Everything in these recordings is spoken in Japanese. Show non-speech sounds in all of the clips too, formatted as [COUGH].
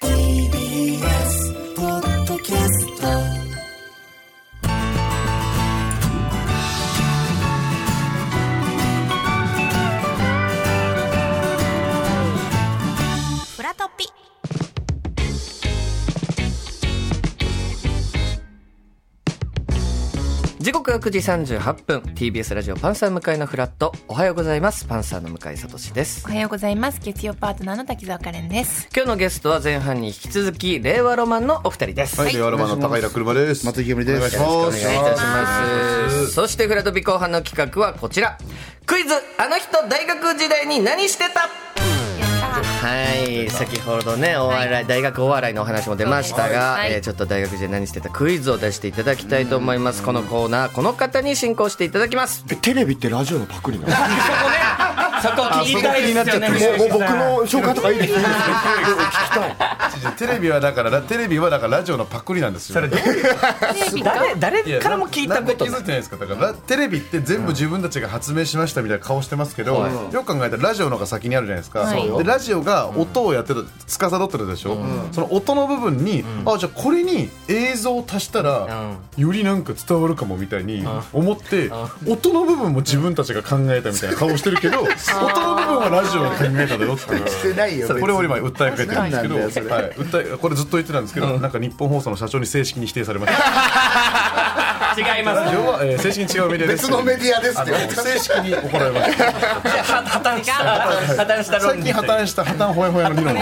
TBS ポッドキャストフラトピ時刻は9時38分 TBS ラジオパンサー向かいのフラットおはようございますパンサーの向井聡ですおはようございます月曜パートナーの滝沢カレンです今日のゲストは前半に引き続き令和ロマンのお二人です、はい、令和ロマンの高平車です。松井けむりですお願おい願いしいます。たしますそしてフラトピ後半の企画はこちらクイズあの人大学時代に何してたはい先ほどねお笑い大学お笑いのお話も出ましたが、はいえーちょっと大学時代何してたクイズを出していただきたいと思いますこのコーナーこの方に進行していただきますえテレビってラジオのパクリなのそこ聞きたいですよねもう僕の紹介とかいいですね [LAUGHS] テレビはだから、テレビはだからラジオのパクリなんですよ。それ誰誰からも聞いたこと気なづいいてないですか。だからテレビって全部自分たちが発明しましたみたいな顔してますけど、よく考えたらラジオの方が先にあるじゃないですか。でラジオが音をやってる司ってるでしょ。その音の部分に、あじゃあこれに映像を足したらよりなんか伝わるかもみたいに思って、音の部分も自分たちが考えたみたいな顔してるけど、音の部分はラジオが考えただよっていう。してないよそうこれを今訴えかけてるんですけ確ど、かはい、訴えこれずっと言ってたんですけど、なんか日本放送の社長に正式に否定されました違いまラジオは、えー正式に違うメディアです別のメディアですあっての正式に怒られました破綻した破綻した最近破綻した破綻ほやほやの理論で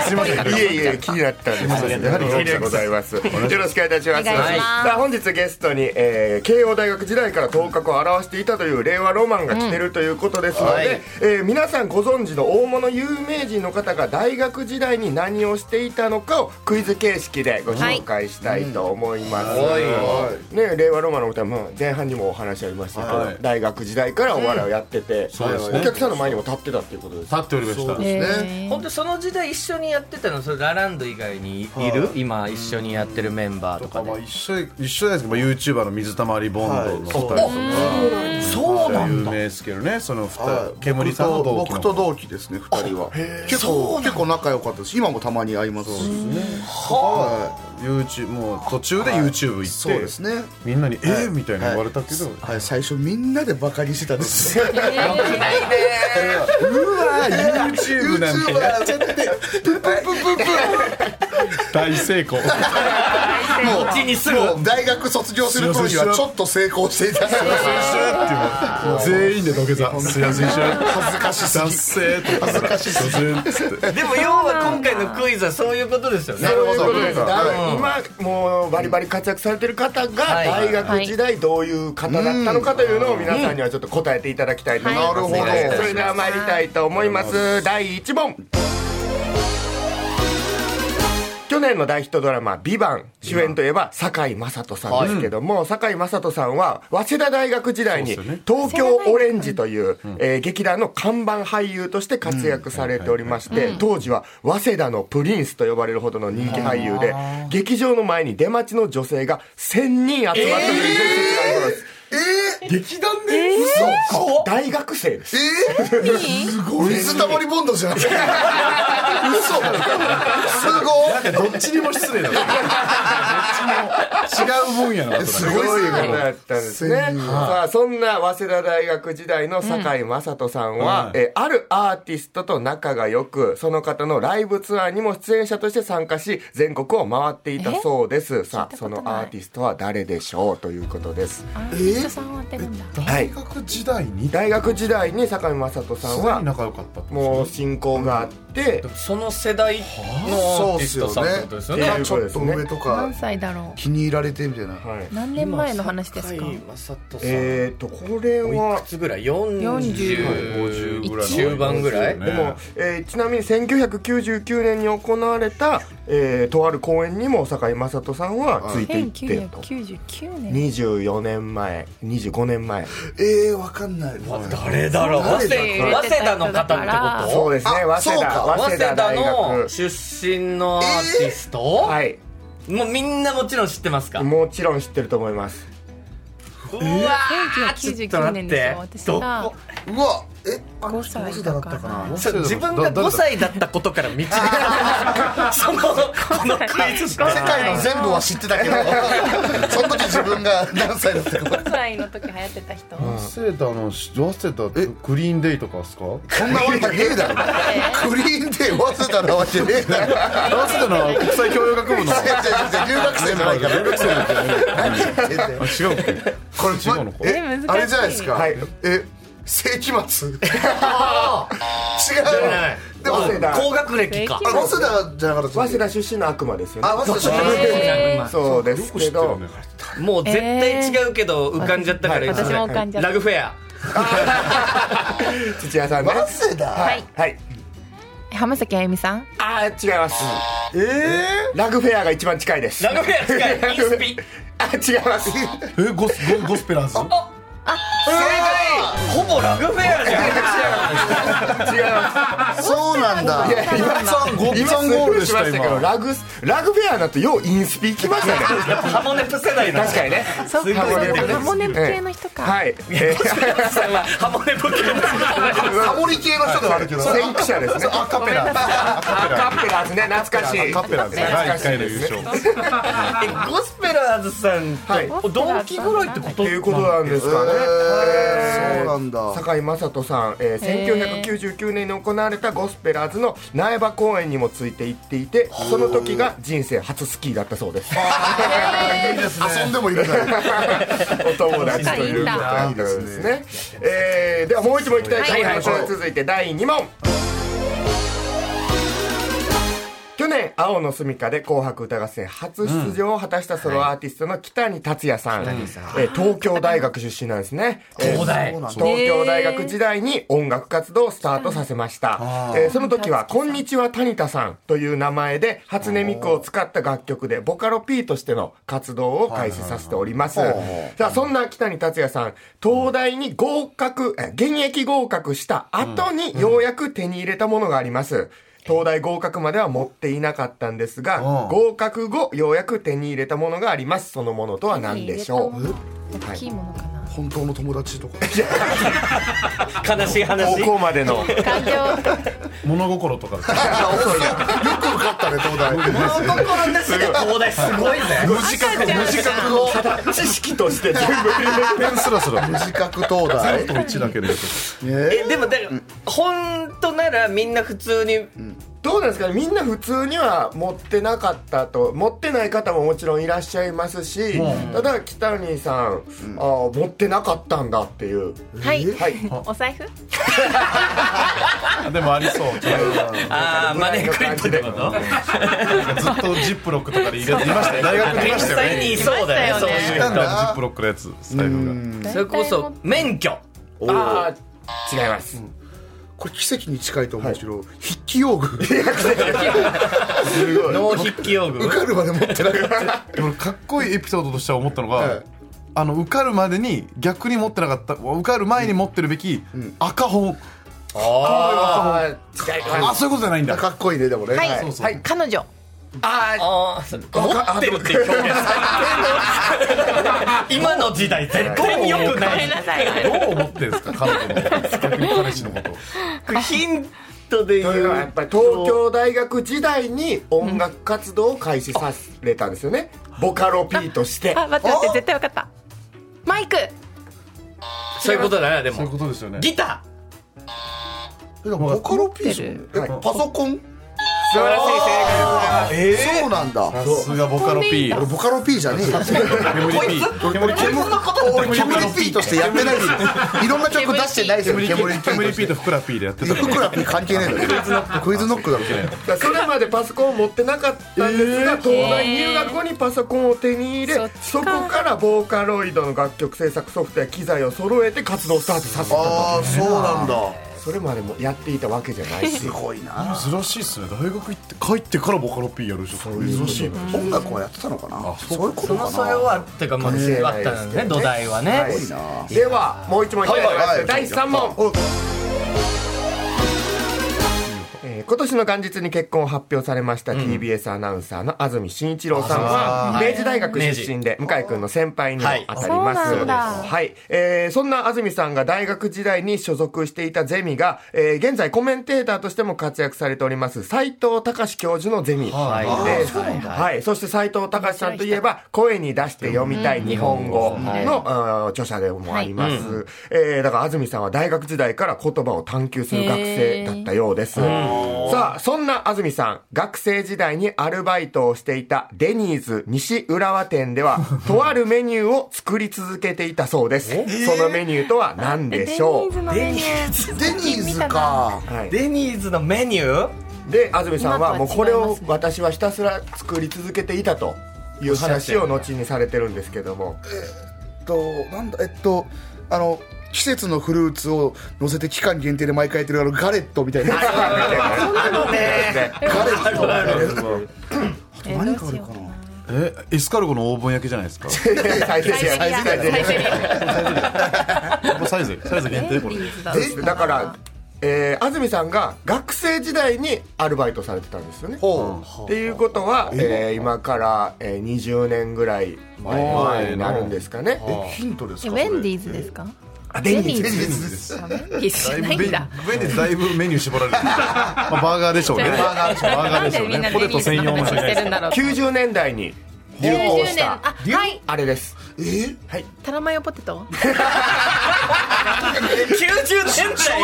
すすいませんひろゆきさんすいませんいえいえ気になったんですよねありがとうございますひろゆきでございますよろしくお願いいたしますお願いしますさあ本日ゲストに、えー慶応大学時代から頭角を表していたという令和ロマンが来てるということですので、はいえー皆さんご存知の大物有名人の方が大学時代に何をしていたのかをクイズ形式でご紹介したいと思います、ね、令和ロマンのお二人も前半にもお話ありましたけど、はい大学時代からお笑いをやってて、そうですねお客さんの前にも立ってたっていうことです立っておりました、本当その時代一緒にやってたのそれラランド以外にいる、今一緒にやってるメンバーとかまあで一緒一緒じゃないですけど、まあ、YouTuber の水溜りボンドの2人とか、そう有名ですけどねその2人、はい煙さんの同期の僕と僕と同期ですね二人は結構結構仲良かったです今もたまに会いますしは YouTube もう途中で YouTube 行って、いそうですねみんなに「えーみたいな言われたけど、はい最初みんなでバカにしてたんですようわー YouTube なんて YouTuber やっちゃってプンプンプンプンプン大成功もうもう大学卒業する頃にはちょっと成功していた全員で土下座すいません恥ずかしすぎ恥ずかしすぎでも要は今回のクイズはそういうことですよねそういうことですなるほどだ今もうバリバリ活躍されてる方がはい大学時代どういう方だったのかというのを皆さんにはちょっと答えていただきたいと思います、はいなるほどそれでは参りたいと思います第1問去年の大ヒットドラマ「ビバン主演といえば堺井雅人さんですけども堺、井雅人さんは早稲田大学時代にそうですよね東京オレンジという、えー劇団の看板俳優として活躍されておりまして当時は早稲田のプリンスと呼ばれるほどの人気俳優で劇場の前に出待ちの女性が1000人集まったという伝説があるそうです。劇団で嘘大学生です。えーすごい水溜りボンドじゃん嘘すごいどっちにも失礼だろどっちにも違う分野のことすだねごいそういうことだったんですね。さあ、そんな早稲田大学時代の堺井雅人さんは、うんえーあるアーティストと仲が良く、その方のライブツアーにも出演者として参加し、全国を回っていたそうです。さあ、そのアーティストは誰でしょうということです。人さんを当てるんだはい大。学時代に大学時代に堺井雅人さんすごいは、仲良かったってことですねもう親交があって、てその世代のそアーうティっすストよさんってねことですよっねていうちょっと上とか何歳だろ気に入られてみたいなはい何年前の話ですか今堺雅人さんえっとこれおいはくつぐらい40 50ぐらい中盤ぐらいねでも、えーちなみに1999年に行われた、えーとある公演にも堺雅人さんはついていってと1999年24年前25年前えー、わかんないわ誰だろう早稲田早稲田の方って [LAUGHS] そうこですねあ早そう稲田早稲と早か稲田田大の学出身のアーティスト、はいもうみんなもちろん知ってますかうわもちろん知ってると思いますーちょっと1999待年っでてすよ私どがうわえあ5歳だからそう自分が5歳だったことから導いたそのこのクイズしか世界の全部は知ってたけどその時自分が何歳だったか5歳の時流行ってた人早稲田の早稲田ってグリーンデイとかですかそんなわけねえだ [LAUGHS] ろクリーンで早稲田なわけねえだろ早稲田の国際教養学部の違う違う違う留学生じゃないから留学生なんてあ何違うっけこれ違うのかえ難しいあれじゃないですか、はいえ世紀 [LAUGHS] 末違うないでも早稲田高学歴かあ早稲田じゃなかった早っ稲け田出身の悪魔ですよねあ早稲田そうですけどもう絶対違うけど浮かんじゃったから、私も浮かんじゃったラグフェア土屋さんね早稲田はいはい浜崎あゆみさんあー違いますええラグフェアが一番近いですラグフェア近 [LAUGHS] いインスピあ違いますえゴスゴゴスペラーズほぼラグフェアじゃん違いますそうなんだ今さんゴッツァンゴールでした今ラグラグフェアなんてようインスピ行きましたねやっぱハモネプ世代なん確かにねそうかハモネプハモネプ系の人かはい、えー、 [LAUGHS] さんはハモネプ系のハモリ系の人ではあるけど先駆者ですねアカペラアカペカラッペラーズね懐かしいアカペラで第1回の優勝えゴスペラーズさんはいと同期ぐらいってことということなんですかね、えーそうなんだ堺雅人さん、えー、1999年に行われたゴスペラーズの苗場公演にもついて行っていてその時が人生初スキーだったそうです遊んでもいるからお友達ということなんですね、えー、ではもう一問いきたいと思います、はいはい続いて第2問去年「青のすみか」で「紅白歌合戦」初出場を果たしたソロアーティストの北に達也さん、えー東京大学出身なんですね東大えー東京大学時代に音楽活動をスタートさせました、えーその時は「こんにちは谷田さん」という名前で初音ミクを使った楽曲でボカロ P としての活動を開始させておりますさあそんな北に達也さん東大に合格えー現役合格した後にようやく手に入れたものがあります東大合格までは持っていなかったんですがん合格後ようやく手に入れたものがありますそのものとは何でしょう大きいものかな本当の友達とか悲しい話ここまで [LAUGHS] の感情物心とかよかったね東 [LAUGHS] 大心なしで東大すごいね無自覚無自覚を知識として全部ペンスラスラ無自覚東大と1だけでえ [LAUGHS] でもだから本当ならみんな普通にどうなんですかねみんな普通には持ってなかったと持ってない方ももちろんいらっしゃいますし、ただ北谷さん、ああ持ってなかったんだっていうはいはいお財布でもありそうああマネークリップってことなんかずっとジップロックとかで入れていましたよ大学にい実ましたよ際ねにいそうだよねいましたよねジップロックのやつ財布そういうそれこそ免許ああ違います、これ奇跡に近いと思うけど筆記用具脳筆記用具受かるまで持ってなかったがでもかっこいいエピソードとしては思ったのがいあの受かるまでに逆に持ってなかった受かる前に持ってるべき赤本ああ違いまあすそういうことじゃないんだかっこいいねでもねはいそうそうはい彼女ああああ持ってるって表現最低の今の時代絶対によくごなめんいなさいどう思ってるんですか彼女の逆に [LAUGHS] 彼氏のことヒントで言というのはやうっぱり東京大学時代に音楽活動を開始されたんですよね、ボカロ P としてあ待って待って絶対わかったマイクそういうことだなでそういうもことですよねギタボカロ P でしょえパソコン素晴らしい正解でございますえそうなんださすがボカロ P 俺ボカロ P じゃねえよ煙 P 俺煙俺煙 P としてやってないよいろんな曲出してないですよ煙煙 P 煙 P とふくら P でやってたふくら P 関係ねえだろクイズノックだろそれだからそれまでパソコンを持ってなかったんですが、東大入学後にパソコンを手に入れそっそちかこからボーカロイドの楽曲制作ソフトや機材を揃えて活動をスタートさせたとああそうなんだそれまでもやっていたわけじゃないしすごいな珍しいっすね大学行って帰ってからボカロ P やる人珍しいね音楽はやってたのかなそういうことそかのな素養はっていうかまあ関係あなっいたですんけどね土台はねはいではもう一問いきたいと思います、はいはい第3問、おえー今年の元日に結婚を発表されました TBS アナウンサーの安住紳一郎さんは明治大学出身で向井君の先輩にも当たります、はいそうなんだはいえーそんな安住さんが大学時代に所属していたゼミが、えー現在コメンテーターとしても活躍されております斉藤隆教授のゼミで、はいはいそうなんだそして斉藤隆さんといえば「声に出して読みたい日本語の」うん著者でもあります、えーだから安住さんは大学時代から言葉を探求する学生だったようです、さあそんな安住さん学生時代にアルバイトをしていたデニーズ西浦和店ではとあるメニューを作り続けていたそうです、そのメニューとは何でしょデニーズうのメニューデニーズかはいデニーズのメニューで安住さんはもうこれ今とは違いをますね私はひたすら作り続けていたという話を後にされてるんですけどもえっとなんだえっとあの季節のフルーツを乗せて期間限定で毎回やってるあのガレットみたいな [LAUGHS] ガレットえーどうしようえエスカルゴのオーブン焼きじゃないですか最低サイゼリアサイゼリアサイズサイズ限定これデニーズだでだから、えー安住さんが学生時代にアルバイトされてたんですよね。っていうことは、えー今から、えー20年ぐらい前になるんですかね。えヒントですえウかそれェンディーズですかあデニーズデニーズですあウェンディーズじゃないんだ上にだいぶメニュー絞られて [LAUGHS] るまあバーガーでしょうねバーガーでしょうバーガーなんででしょうみんなねデポテニトーズ専の用話のじゃなしていでするんかだろう90年代に流行90し年たあはいあれです。えーはい。タラマヨポテト90年代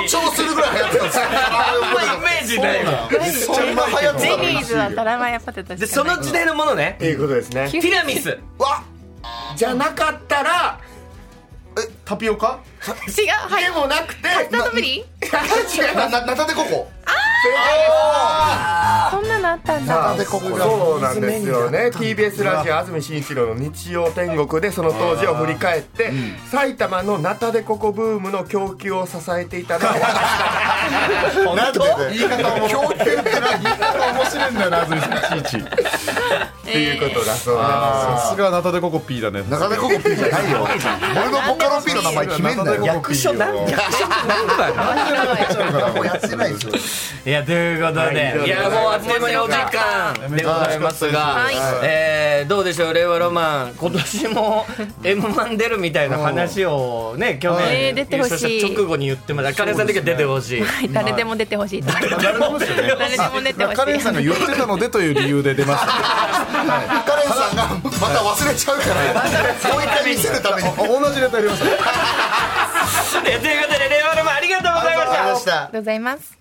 象徴するぐらい流行ってたんですよあんまイメージないわそんな流行ってデたニーズはタラマヨポテトでしかそないの時代のものねっていうことですね。ティラミスわじゃなかったらタピオカ違うはいでもなくて。スタート [LAUGHS] 無理っなななたでここそんなのあったんださあでここがそうなんですよね TBS ラジオ安住紳一郎の日曜天国でその当時を振り返って、埼玉のナタデココブームの供給を支えていたのは私だなんで言い方面白い言い方面白いんだよなっていうことだそうなんでさすがナタデココ P だねなたでここ P じゃないよ俺のボカロ P の名前決めんなよ役所なん役所って何番もうやってないでしょいやということで、はいい、やもうあっという間にお時間でございますが、はいえーどうでしょう令和ロマン今年も m 1出るみたいな話をね去え年ー出て優ほしい勝した直後に言ってましたカレンさんだけ出てほしい、はい誰でも出てほしい誰でも出てほしいカレンさんが言ってたのでという理由で出ました [LAUGHS] カレンさんがまた忘れちゃうからもう一回見せるためにあ同じネタやりました [LAUGHS] えーということで令和ロマンありがとうございましたしたありがとうございます